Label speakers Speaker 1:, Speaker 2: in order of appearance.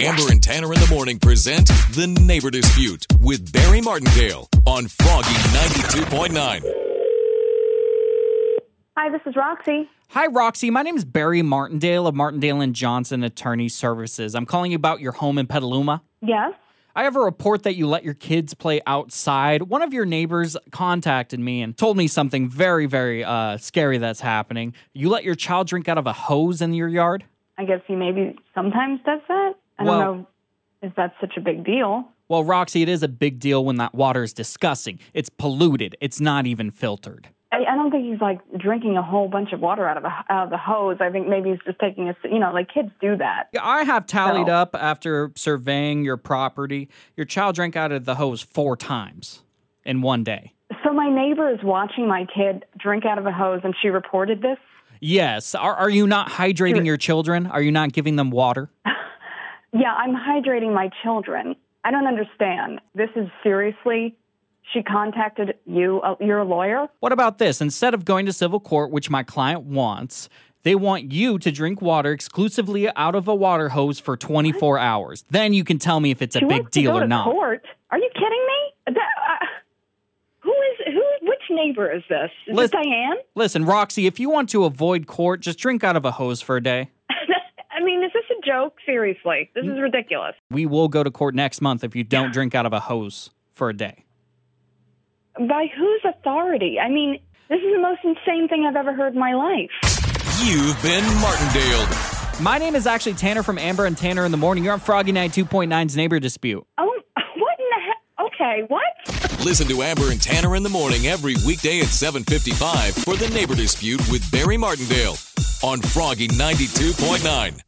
Speaker 1: Amber and Tanner in the morning present The Neighbor Dispute with Barry Martindale on Froggy 92.9.
Speaker 2: Hi, this is Roxy.
Speaker 3: Hi, Roxy. My name is Barry Martindale of Martindale and Johnson Attorney Services. I'm calling you about your home in Petaluma.
Speaker 2: Yes.
Speaker 3: I have a report that you let your kids play outside. One of your neighbors contacted me and told me something very, very uh, scary that's happening. You let your child drink out of a hose in your yard?
Speaker 2: I guess he maybe sometimes does that. I
Speaker 3: Well-
Speaker 2: don't know if that's such a big deal.
Speaker 3: Well, Roxy, it is a big deal when that water is disgusting. It's polluted, it's not even filtered.
Speaker 2: I, I don't think he's like drinking a whole bunch of water out of, a, out of the hose. I think maybe he's just taking a, s- you know, like kids do that.
Speaker 3: Yeah, I have tallied
Speaker 2: No.
Speaker 3: up after surveying your property. Your child drank out of the hose four times in one day.
Speaker 2: So my neighbor is watching my kid drink out of a hose and she reported this.
Speaker 3: Yes. Are, are you not hydrating your children? Are you not giving them water?
Speaker 2: Yeah, I'm hydrating my children. I don't understand. This is seriously, she contacted you. Uh, you're a lawyer?
Speaker 3: What about this? Instead of going to civil court, which my client wants, they want you to drink water exclusively out of a water hose for 24 hours. Then you can tell me if it's a
Speaker 2: She
Speaker 3: big
Speaker 2: wants to
Speaker 3: deal
Speaker 2: go
Speaker 3: or
Speaker 2: to
Speaker 3: not.
Speaker 2: Court? Are you kidding me? That, uh, who is who? Which neighbor is this? Is
Speaker 3: Lis-
Speaker 2: this Diane?
Speaker 3: Listen, Roxy, if you want to avoid court, just drink out of a hose for a day.
Speaker 4: I mean, is this a joke? Seriously, this is ridiculous.
Speaker 3: We will go to court next month if you don't drink out of a hose for a day.
Speaker 2: By whose authority? I mean, this is the most insane thing I've ever heard in my life.
Speaker 1: You've been Martindale.
Speaker 3: My name is actually Tanner from Amber and Tanner in the Morning. You're on Froggy Night 2.9's Neighbor Dispute.
Speaker 2: Oh, what in the heck? Okay, what?
Speaker 1: Listen to Amber and Tanner in the morning every weekday at 7:55 for The Neighbor Dispute with Barry Martindale on Froggy 92.9.